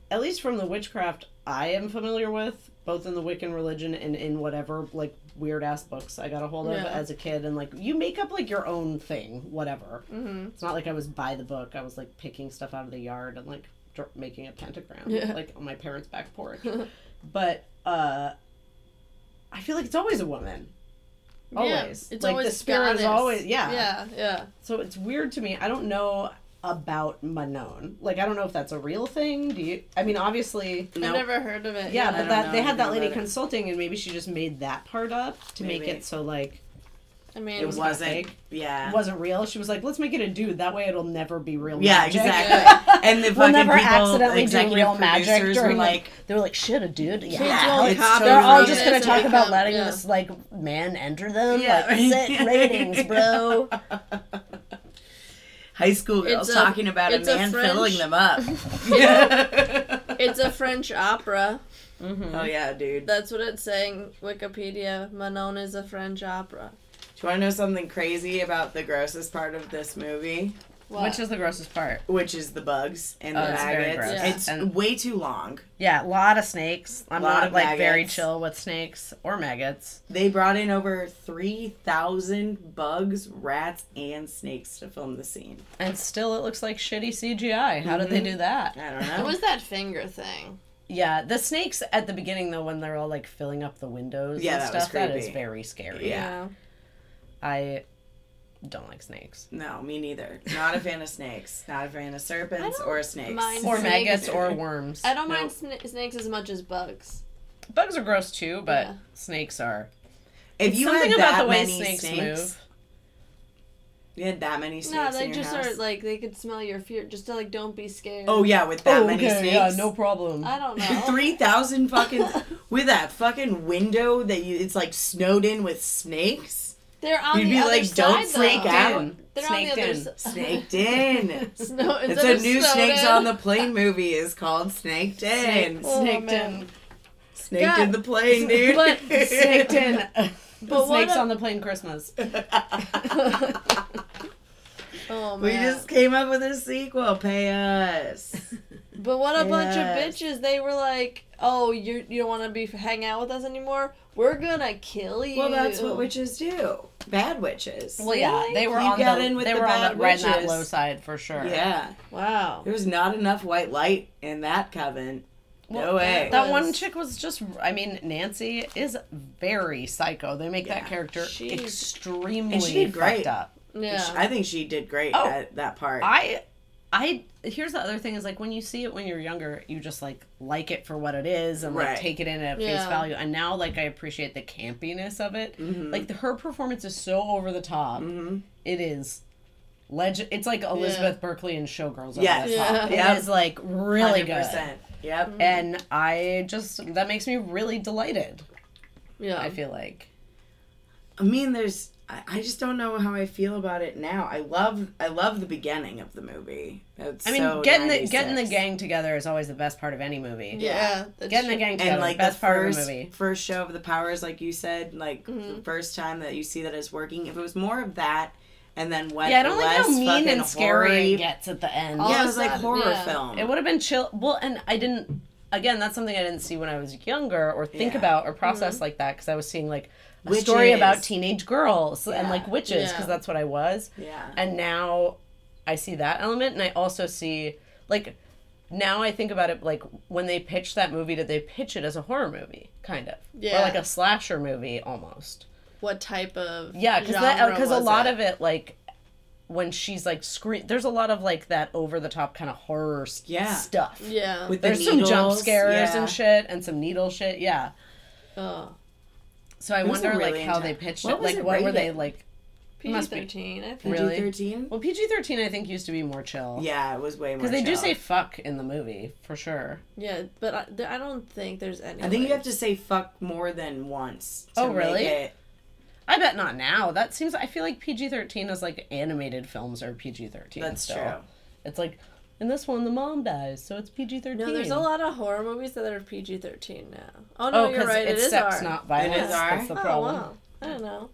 at least from the witchcraft I am familiar with, both in the Wiccan religion and in whatever, like, weird ass books I got a hold of
Yeah.
as a kid, and, like, you make up, like, your own thing, whatever.
Mm-hmm.
It's not like I was by the book. I was like picking stuff out of the yard and like dr- making a pentagram,
Yeah.
like on my parents' back porch. but uh, I feel like it's always a woman. Always.
Yeah, it's
Like,
always
the spirit is
goddess.
always- yeah.
Yeah. Yeah.
So it's weird to me. I don't know about Manon. Like I don't know if that's a real thing. Do you? I mean, obviously.
No.
I've never heard of it.
Yeah,
I
but
don't
that
know
they had that
anything
lady
about it.
consulting, and maybe she just made that part up to make
Maybe.
it so like
I mean,
it was kinda
wasn't.
fake.
Yeah.
it wasn't real. She was like, "Let's make it a dude. That way, it'll never be real."
yeah,
magic."
exactly. and the fucking
We'll never
people,
accidentally do
executive
real magic
producers were
during
like,
like they were like shit a dude
Yeah,
yeah
it's so
they're all
rude.
just gonna
It's
talk
like,
about
um,
letting
yeah.
this like man enter them
Yeah.
like set ratings bro
high school girls
It's a-
talking about a
it's a
man
French-
filling them up.
it's a French opera.
oh yeah, dude.
That's what it's saying. Wikipedia. Manon is a French opera.
Do you want to know something crazy about the grossest part of this movie,
What?
the grossest part
which is the bugs and
Oh,
the
it's very
maggots?
gross. Yeah.
It's
And-
way too long.
yeah a lot of snakes i'm
Lot
not
of
like very
maggots.
chill with snakes or maggots
They brought in over 3,000 bugs, rats, and snakes to film the scene.
and still it looks like shitty cgi how did they
Mm-hmm.
do that
I don't
What
know.
was that finger thing?
yeah the snakes at the beginning though when they're all like filling up the windows
Yeah,
and
that was
stuff that is
creepy.
very scary
Yeah.
i don't like snakes
No, me neither. Not a fan of snakes. Not a fan of serpents
don't
or snakes.
mind
or
Snakes.
maggots or worms.
I don't
No.
mind sna- snakes as much as bugs.
Bugs are gross too, but
Yeah.
snakes are.
If you
Something
had
about
that
the way
many
snakes
snakes,
move.
you had that many snakes.
No, they
in your
just
house?
are like they could smell your fear. Just like don't be scared.
Oh yeah, with that many
yeah,
snakes.
no problem.
I don't know.
Three thousand fucking with that fucking window that you. It's like snowed in with snakes.
They're on
You'd
the
be
other
like,
side.
"Don't
though.
freak out.
They're
Snaked
on the other
in.
side.
Snaked in.
Snow.
It's
instead
a
of
new
snowed
Snakes
in.
on the Plane movie is called Snaked In.
Oh,
snaked in.
man.
Snaked in
God.
the plane, dude.
But-
snaked in.
But what
snakes
a-
on the plane Christmas.
Oh man.
we just came up with a sequel. Pay us.
But what a bunch
Yes.
of bitches! They were like, "Oh, you you don't want to be hang out with us anymore. We're gonna kill you."
well, that's what witches do. Bad witches.
Well, yeah,
Really?
they were
You
on
got
the,
in with
they
the
were on
bad
the, right in that
witches.
low side for sure.
yeah.
Wow.
There was not enough white light in that coven. no way.
was-
That one chick was just. I mean, Nancy is very psycho. They make
Yeah.
that character
She's-
extremely
And she did great.
fucked up.
Yeah.
I think she did great
Oh.
at that part.
I I here's the other thing is like when you see it when you're younger, you just like like it for what it is and
Right.
like take it in at face
Yeah.
value. And now like I appreciate the campiness of it.
Mm-hmm.
Like the, her performance is so over the top. It is legend. It's like Elizabeth Berkley and Showgirls. Over
Yes.
the top.
Yeah.
It is like really good. Mm-hmm.
100%. Yep.
And I just that makes me really delighted.
Yeah.
I feel like
I mean, there's. I, I just don't know how I feel about it now. I love. I love the beginning of the movie. It's
I mean
so
getting the getting the
96.
gang together is always the best part of any movie.
yeah. that's
Getting the
true.
gang together,
And like
best
the
part
first
of a movie.
first show of the powers, like you said, like the first time that you see that it's working. If it was more of that, and then what?
Yeah, I don't like
less
how mean
fucking
and scary
horror-
it gets at the end.
All
yeah,
of
it
a
was like
sudden,
horror
yeah.
film.
It would have been chill. Well, and I didn't. Again, that's something I didn't see when I was younger or think
Yeah. Mm-hmm.
about or process like that because I was seeing like a story
Witches.
about teenage girls and
Yeah.
like witches because
Yeah.
that's what I was.
yeah.
And now I see that element, and I also see like now I think about it like when they pitched that movie, did they pitch it as a horror movie, kind of,
Yeah.
or like a slasher movie almost?
What type of?
Yeah, because
genre
because a
was
lot
it?
of it like when she's like scream. There's a lot of like that over the top kind of horror s-
Yeah.
stuff.
Yeah.
With the
There's
needles.
some jump scares
yeah.
and shit, and some needle shit. Yeah.
oh.
So I
It was a
wonder like
really
how they
intense-
pitched
What
it.
was
Like
it
what were they
rated?
like?
PG
Must be.
thirteen, I think.
Really?
PG-13?
Well, PG thirteen I think used to be more chill.
Yeah, it was way more.
Because they do
chill.
say fuck in the movie for sure.
Yeah, but I, th- I don't think there's any.
I think you
like-
have to say fuck more than once. to
Oh, really?
make it-
I bet not now. That seems. I feel like PG thirteen is like animated films are PG thirteen.
That's
still.
true.
It's like in this one the mom dies, so it's PG thirteen.
No, there's a lot of horror movies that are PG thirteen now. Oh no,
Hmm. oh,
you're
because
right. It
it's
is
sex,
R.
not violence.
It is R?
That's the
oh
problem.
wow. I don't know.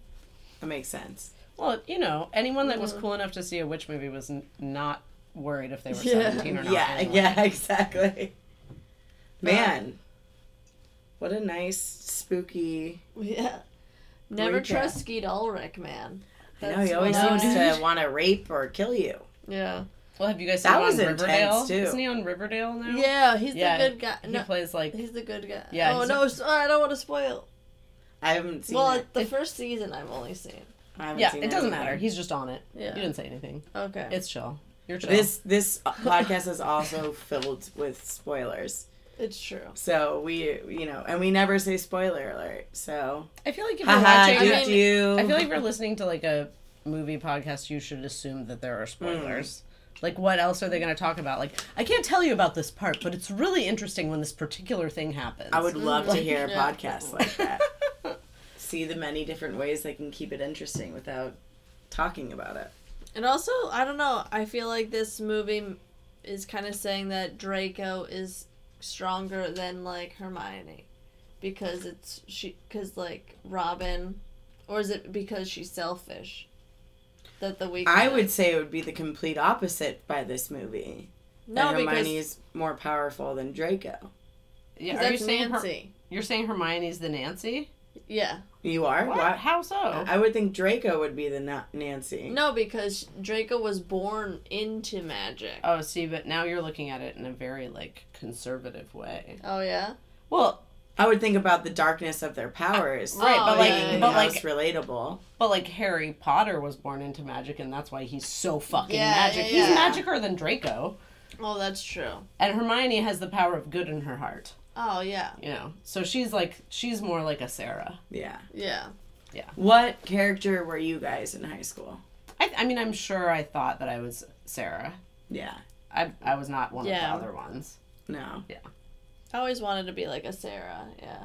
That makes sense.
Well, you know, anyone that
Mm-hmm.
was cool enough to see a witch movie was n- not worried if they were
Yeah.
seventeen or not.
Yeah,
anyway.
yeah, exactly. Man, what a nice spooky.
Yeah. Never
Recap.
trust Skeet Ulrich, man.
I know he always
what I-
seems to want to rape or kill you.
Yeah.
Well, have you guys seen
That
him
was
on
intense,
Riverdale?
too.
Isn't he on Riverdale now?
Yeah, he's
Yeah,
the good guy.
He
No,
plays like
he's the good guy.
Yeah,
Oh
he's-
no, so- I don't want to spoil.
I haven't seen
Well,
it.
the first season I've only seen.
I haven't
yeah.
seen
It doesn't
anything.
matter. He's just on it.
Yeah.
You didn't say anything.
Okay.
It's chill. You're chill.
This this uh, podcast is also filled with spoilers.
it's true.
So we you know, and we never say spoiler alert. So
I feel like if you're
haha,
watching,
do
I mean,
do.
I feel like if you're listening to like a movie podcast, you should assume that there are spoilers. Like, what else are they going to talk about? Like, I can't tell you about this part, but it's really interesting when this particular thing happens.
I would love to hear a
Yeah.
podcast like that. See the many different ways they can keep it interesting without talking about it.
And also, I don't know. I feel like this movie m- is kind of saying that Draco is stronger than like Hermione because it's she because like Robin, or is it because she's selfish? That the weak.
I
one-
would say it would be the complete opposite by this movie.
no
that Hermione
because
is more powerful than Draco.
Yeah, are you
that's
saying Her-
Nancy.
you're saying Hermione's the Nancy?
yeah.
You are?
What?
Why-
How so?
I would think Draco would be the na- Nancy.
No, because Draco was born into magic.
oh, see, but now you're looking at it in a very like conservative way.
Oh yeah.
Well,
I would think about the darkness of their powers.
right,
Oh,
but like,
yeah, yeah,
but
but
like,
relatable.
but like Harry Potter was born into magic, and that's why he's so fucking
Yeah,
magic.
yeah, yeah.
He's magicer than Draco,
Oh, that's true.
and Hermione has the power of good in her heart.
Oh yeah.
you know so she's like she's more like a sarah
Yeah.
Yeah.
What character were you guys in high school?
i, I mean i'm sure i thought that i was sarah
Yeah.
i, I was not one
Yeah.
of the other ones
No.
I always wanted to be like a Sarah. Yeah.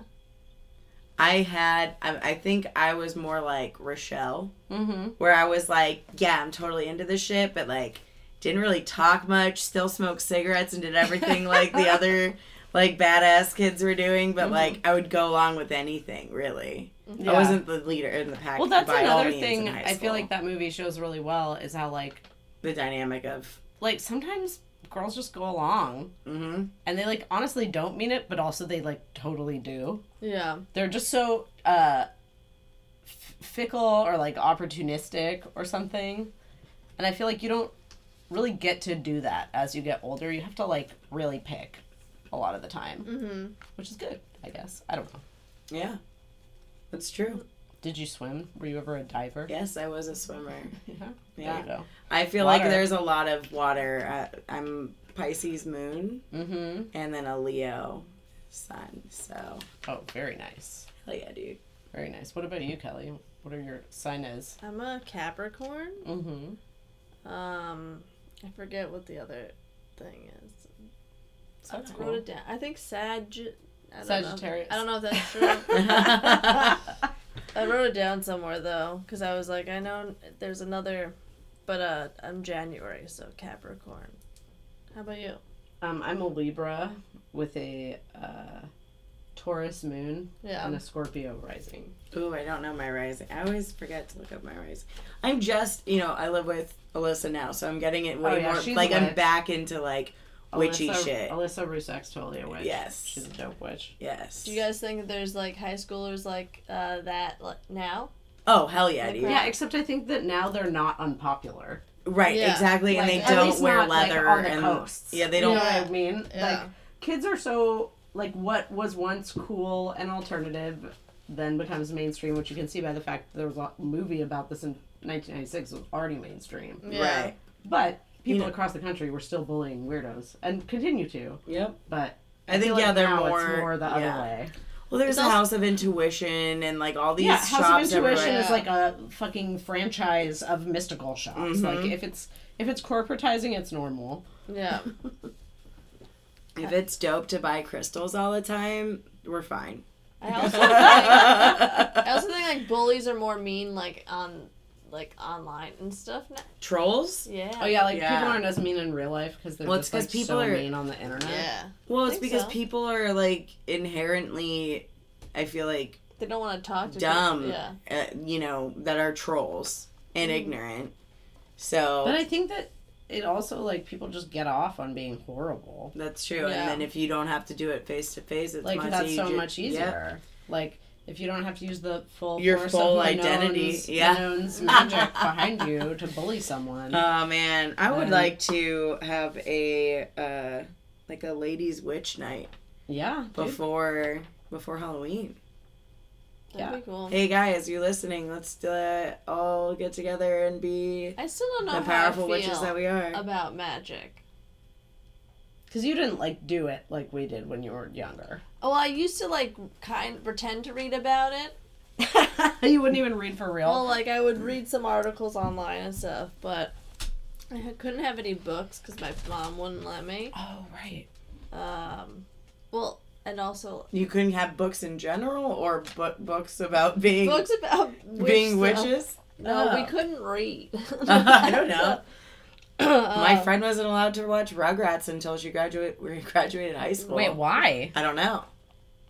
I had, I, I think I was more like Rochelle,
mm-hmm
where I was like, yeah, I'm totally into this shit, but like, didn't really talk much, still smoked cigarettes and did everything like the other, like, badass kids were doing,
Mm-hmm.
but like, I would go along with anything, really. I wasn't the leader in the pack.
well that's
by all
another
means in
thing
high
i feel
school.
like that movie shows really well is how like
the dynamic of,
like sometimes girls just go along
mm-hmm.
and they like honestly don't mean it but also they like totally do
Yeah.
they're just so uh f- fickle or like opportunistic or something and i feel like you don't really get to do that as you get older you have to like really pick a lot of the time
Mhm.
which is good i guess i don't know
Yeah. That's true.
did you swim were you ever a diver
Yes, I was a swimmer.
yeah.
Yeah.
there you go
I feel like
Water.
there's a lot of water. Uh, I'm Pisces moon
mm-hmm
and then a Leo sun. So,
oh very nice
hell yeah, dude.
very nice what about you kelly what are your sign is
I'm a Capricorn.
mm-hmm
Um, I forget what the other thing is. I
that's
wrote
cool
it down. I think Sag. I don't know.
Sagittarius.
I don't know if that's true. I wrote it down somewhere though, because I was like, I know there's another, but uh, I'm January, so Capricorn. How about you?
um, i'm a libra with a uh, taurus moon
Yeah.
and a scorpio rising
Ooh, I don't know my rising. I always forget to look up my rising. I'm just, you know, I live with Alyssa now, so I'm getting it way
Oh, yeah,
more.
she's
Like, I'm
lit.
back into like witchy
Alyssa,
shit.
Alyssa Rusak's totally a witch.
Yes.
She's a dope witch.
Yes.
Do you guys think that there's like high schoolers like uh, that like, now?
oh, hell yeah,
Like,
dude.
Yeah.
Yeah. except I think that now they're not unpopular.
Right,
Yeah.
exactly. and
Like,
they
at
don't
least
wear
not, like,
leather.
on the
and,
coasts.
Yeah, they
You know
don't.
what I mean?
Yeah.
Like kids are so like what was once cool and alternative then becomes mainstream, which you can see by the fact that there was a movie about this in 1996 was already mainstream.
Yeah.
Right.
But people
Yeah.
across the country were still bullying weirdos and continue to.
Yep.
But
I think,
feel
yeah, they're
now
more-
it's more the
yeah.
other way.
Well, there's
It's
the
also-
House of Intuition and like all these
yeah,
shops
House of Intuition
everywhere.
is like a fucking franchise of mystical shops.
Mm-hmm.
Like if it's if it's corporatizing, it's normal.
Yeah.
If it's dope to buy crystals all the time, we're fine.
I also think, I also think like bullies are more mean like on like online and stuff. Now.
Trolls?
Yeah.
Oh yeah, like
Yeah.
people aren't as mean in real life because they're
Well, it's
just like
'cause people
so
are-
mean on the internet.
Yeah.
Well, it's
Think
because
so.
people are like inherently, I feel like
They don't want to talk to
dumb,
People. Yeah. Mm-hmm.
uh, you know, that are trolls and ignorant. So
But I think that it also like people just get off on being horrible.
that's true.
Yeah.
And then if you don't have to do it face to face, it's
Like
much
that's so
easier.
much
Yep.
easier. Like if you don't have to use the full
Your
force
full
of
identity,
Manon's-
yeah.
Manon's magic behind you to bully someone.
Oh man, I would
Um,
like to have a uh like a ladies' witch night
yeah, dude.
before before Halloween.
That'd be cool.
Hey guys, you listening? Let's uh, all get together and be
I still don't know
the
how I
powerful
feel
witches that we are.
about magic.
Because you didn't like do it like we did when you were younger.
Oh, I used to like kind pretend to read about it.
you wouldn't even read for real.
Well, like I would read some articles online and stuff, but I ha- couldn't have any books because my mom wouldn't let me.
oh right.
Um, well, and also
You couldn't have books in general or bu- books about being
books about witch
being
stuff.
witches.
No, we
Oh.
couldn't read.
I don't know. My
Uh,
My
friend wasn't allowed to watch Rugrats until she graduate we graduated high school.
Wait, why?
I don't know.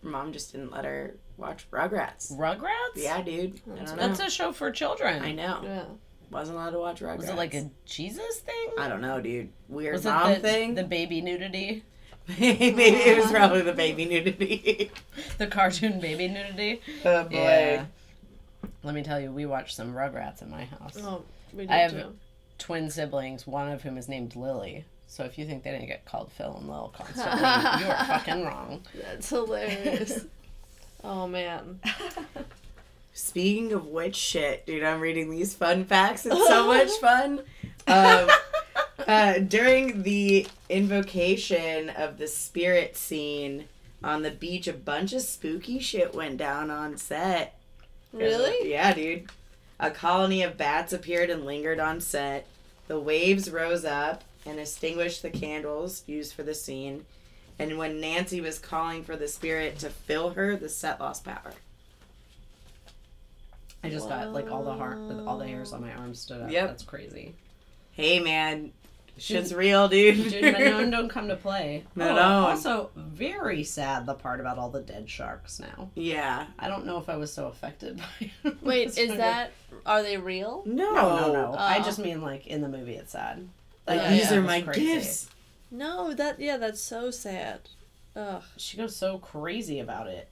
Her mom just didn't let her watch Rugrats.
Rugrats?
Yeah, dude. I don't
That's
know.
a show for children.
I know.
Um, Yeah.
Wasn't allowed to watch Rugrats.
Was it like a Jesus thing?
I don't know, dude. Weird
Was it
mom
the,
thing.
the baby nudity?
Maybe it was probably the baby nudity.
The cartoon baby nudity?
oh boy.
Yeah. Let me tell you, we watched some Rugrats in my house.
Oh, we did
I have-
too.
Twin siblings, one of whom is named Lily. So if you think they didn't get called Phil and Lil constantly, you are fucking wrong.
That's hilarious. oh man.
Speaking of witch shit, dude, I'm reading these fun facts. It's so much fun. Um, uh, during the invocation of the spirit scene on the beach, a bunch of spooky shit went down on set.
Really?
Yeah, dude. A colony of bats appeared and lingered on set. The waves rose up and extinguished the candles used for the scene. And when Nancy was calling for the spirit to fill her, the set lost power.
I just got like all the har- all the hairs on my arms stood up.
Yep.
That's crazy.
Hey, man. Shit's real, dude.
Dude, Manon don't come to play.
Manon.
Oh, also, very sad the part about all the dead sharks now.
yeah.
I don't know if I was so affected by
Wait,
this
is
one.
that are they real?
No.
No, no, no. I
Oh.
just mean like in the movie it's sad.
Like,
Yeah,
these
yeah.
are
it's
my
crazy.
gifts.
No, that yeah, that's so sad. Ugh.
She goes so crazy about it.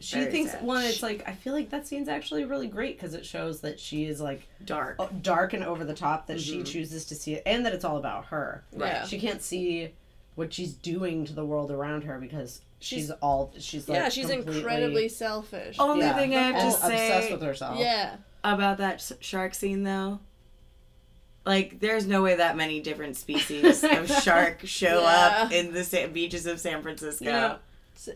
She
Very
thinks
sad.
one. It's like I feel like that scene's actually really great because it shows that she is like
Dark.
Oh.
o- uh, dark and over the top that she chooses to see it, and that it's all about her.
Mm-hmm. Right. Yeah.
She can't see what she's doing to the world around her because she's, all she's like
yeah, she's
completely- Oh,
incredibly selfish.
Only
yeah,
thing I have
all
to
obsessed
say
with herself.
Yeah.
about that s- shark scene, though. Like, there's no way that many different species of shark show up
Yeah.
in the sa- beaches of San Francisco.
Yeah.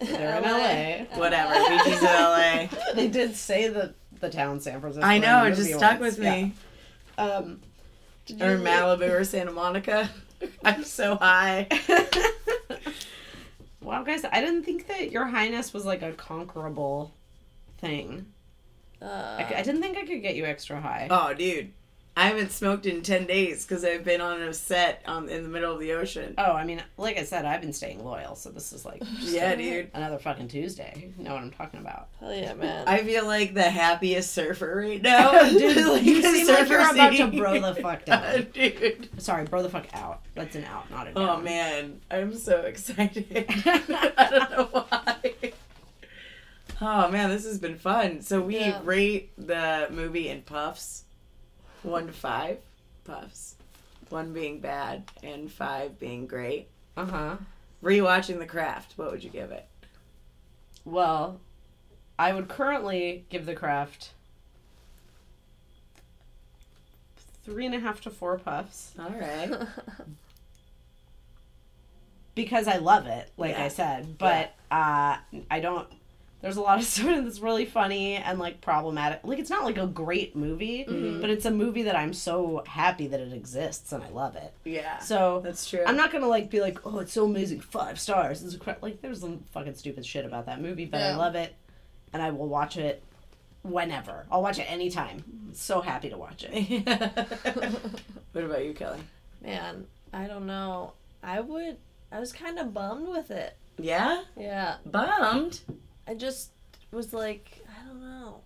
They're in LA.
Whatever, beaches of LA.
they did say the the town San Francisco.
I
in
know,
the
it just
movie
stuck
once.
with me.
Yeah. Um,
Or Malibu or Santa Monica. I'm so high.
wow, guys, I didn't think that Your Highness was like a conquerable thing. I,
Uh,
c- I didn't think I could get you extra high.
Oh, dude. I haven't smoked in 10 days because I've been on a set um, in the middle of the ocean.
Oh, I mean, like I said, I've been staying loyal, so this is like just
Yeah, dude.
another fucking Tuesday. You know what I'm talking about?
hell yeah, man.
I feel like the happiest surfer right now.
Dude,
Like,
you
the
seem like you're
surfer
about to
scene.
bro the fuck down.
Dude.
Sorry, bro the fuck out. That's an out, not an
Oh,
down.
man. I'm so excited. I don't know why. Oh, man. This has been fun. So we
Yeah.
rate the movie in puffs one to five puffs, one being bad and five being great.
Uh huh.
Rewatching The Craft, what would you give it?
Well, I would currently give the craft three and a half to four puffs
All right.
because I love it, like
Yeah.
I said. But uh, I don't. There's a lot of stuff that's really funny and like problematic. Like it's not like a great movie,
Mm-hmm.
but it's a movie that I'm so happy that it exists and I love it.
Yeah.
So
That's true.
I'm not gonna like be like, oh, it's so amazing, five stars. It's incredible. Like there's some fucking stupid shit about that movie, but I
Yeah.
love it, and I will watch it whenever. I'll watch it anytime. So happy to watch it.
what about you, Kelly?
Man, I don't know. I would. I was kind of bummed with it.
Yeah?
Yeah.
Bummed.
I just was like, I don't know.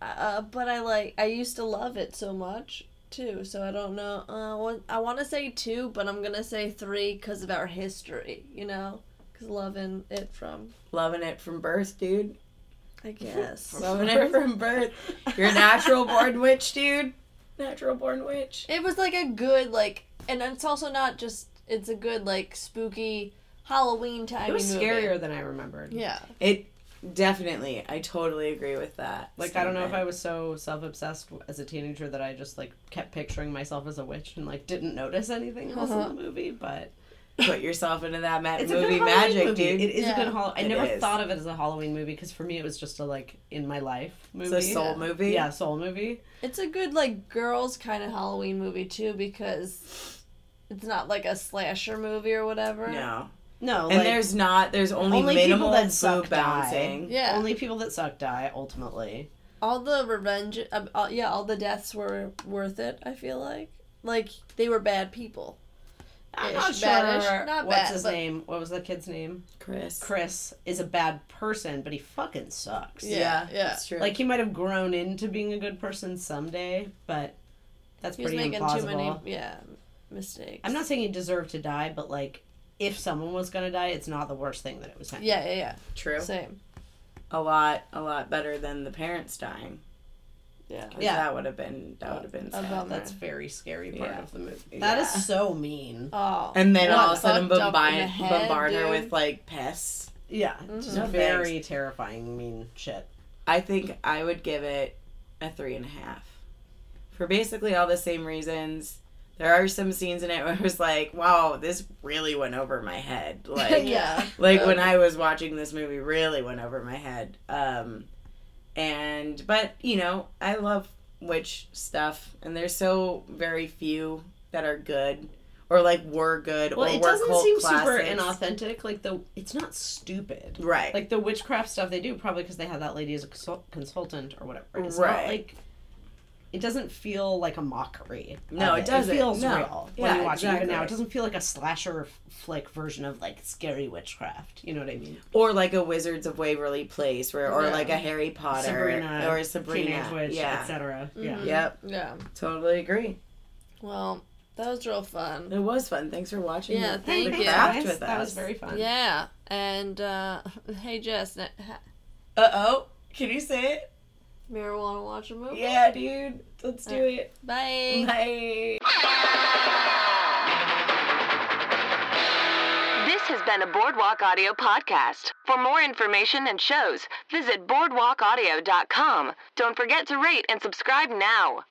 Uh, but I like, I used to love it so much too. So I don't know. Uh, what- I want to say two, but I'm gonna say three because of our history. You know, because loving it from,
Loving it from birth, dude.
I guess.
Loving it from birth. You're a natural born witch, dude. Natural born witch.
It was like a good like, and it's also not just. It's a good like spooky Halloween time.
It was
movie.
scarier than I remembered.
Yeah.
It definitely. I totally agree with that.
Like I don't know if I
statement.
was so self obsessed as a teenager that I just like kept picturing myself as a witch and like didn't notice anything else
Uh-huh.
in the movie, but
put yourself into that ma-
it's a
movie
good Halloween
magic,
movie.
dude.
It is
Yeah.
a good Halloween. I
It
never
is.
thought of it as a Halloween movie because for me it was just a like in my life
it's
movie.
a soul
Yeah.
movie.
Yeah, soul movie.
It's a good like girls kind of Halloween movie too because it's not like a slasher movie or whatever.
No.
No,
and
like,
there's not. There's only,
only people
minimal
that
boob
suck die.
bouncing.
Yeah.
only people that suck die ultimately.
all the revenge uh, all, yeah, all the deaths were worth it, I feel like. Like they were bad people.
I'm
Ish,
not sure
badish, not
what's
bad,
his
but-
name. What was the kid's name?
Chris.
Chris is a bad person, but he fucking sucks.
Yeah, yeah.
That's true.
Like he might have grown into being a good person someday, but that's
He was
pretty
making
implausible.
too many yeah, mistakes.
I'm not saying he deserved to die, but like if someone was gonna die, it's not the worst thing that it was him.
Yeah, yeah,
true.
yeah. Same.
A lot, a lot better than the parents dying.
Yeah.
'Cause
Yeah.
That would have been. That would have been.
A
Sad.
bummer.
That's very scary part
Yeah.
of the movie.
Yeah.
That is so mean.
Oh.
And then
Well,
all of a sudden
fucked up in the
bombard,
head,
bombard her
dude.
with like pests.
Yeah.
Mm-hmm.
Just
No
very terrifying mean shit.
I think I would give it a three and a half for basically all the same reasons. There are some scenes in it where it was like, wow, this really went over my head. Like,
yeah.
like when I was watching this movie, really went over my head. Um, and but you know, I love witch stuff, and there's so very few that are good or like were good
Well,
or
it
were
doesn't
cult
seem
classics.
super inauthentic. Like the it's not stupid.
Right.
Like the witchcraft stuff they do probably because they had that lady as a consul- consultant or whatever. It's
Right.
not like it doesn't feel like a mockery. of
No, it doesn't.
It feels
No.
real
Yeah,
when you watch it. Even now,
exactly.
it doesn't feel like a slasher f- flick version of like scary witchcraft. You know what I mean?
or like a Wizards of Waverly Place, where or
Yeah.
like a Harry Potter
Sabrina
or a Sabrina.
Teenage witch,
yeah.
etc. Yeah.
Yep.
Yeah.
Totally agree.
Well, that was real fun.
It was fun. Thanks for watching.
Yeah,
the-
thank
the
you.
craft
Guys,
with
that
us.
was very fun.
Yeah. And uh hey Jess, na- ha-
Uh oh. Can you say it?
marijuana watch a movie?
Yeah, dude. Let's do
Uh,
it.
Bye.
Bye.
This has been a Boardwalk Audio podcast. For more information and shows, visit boardwalkaudio.com. Don't forget to rate and subscribe now.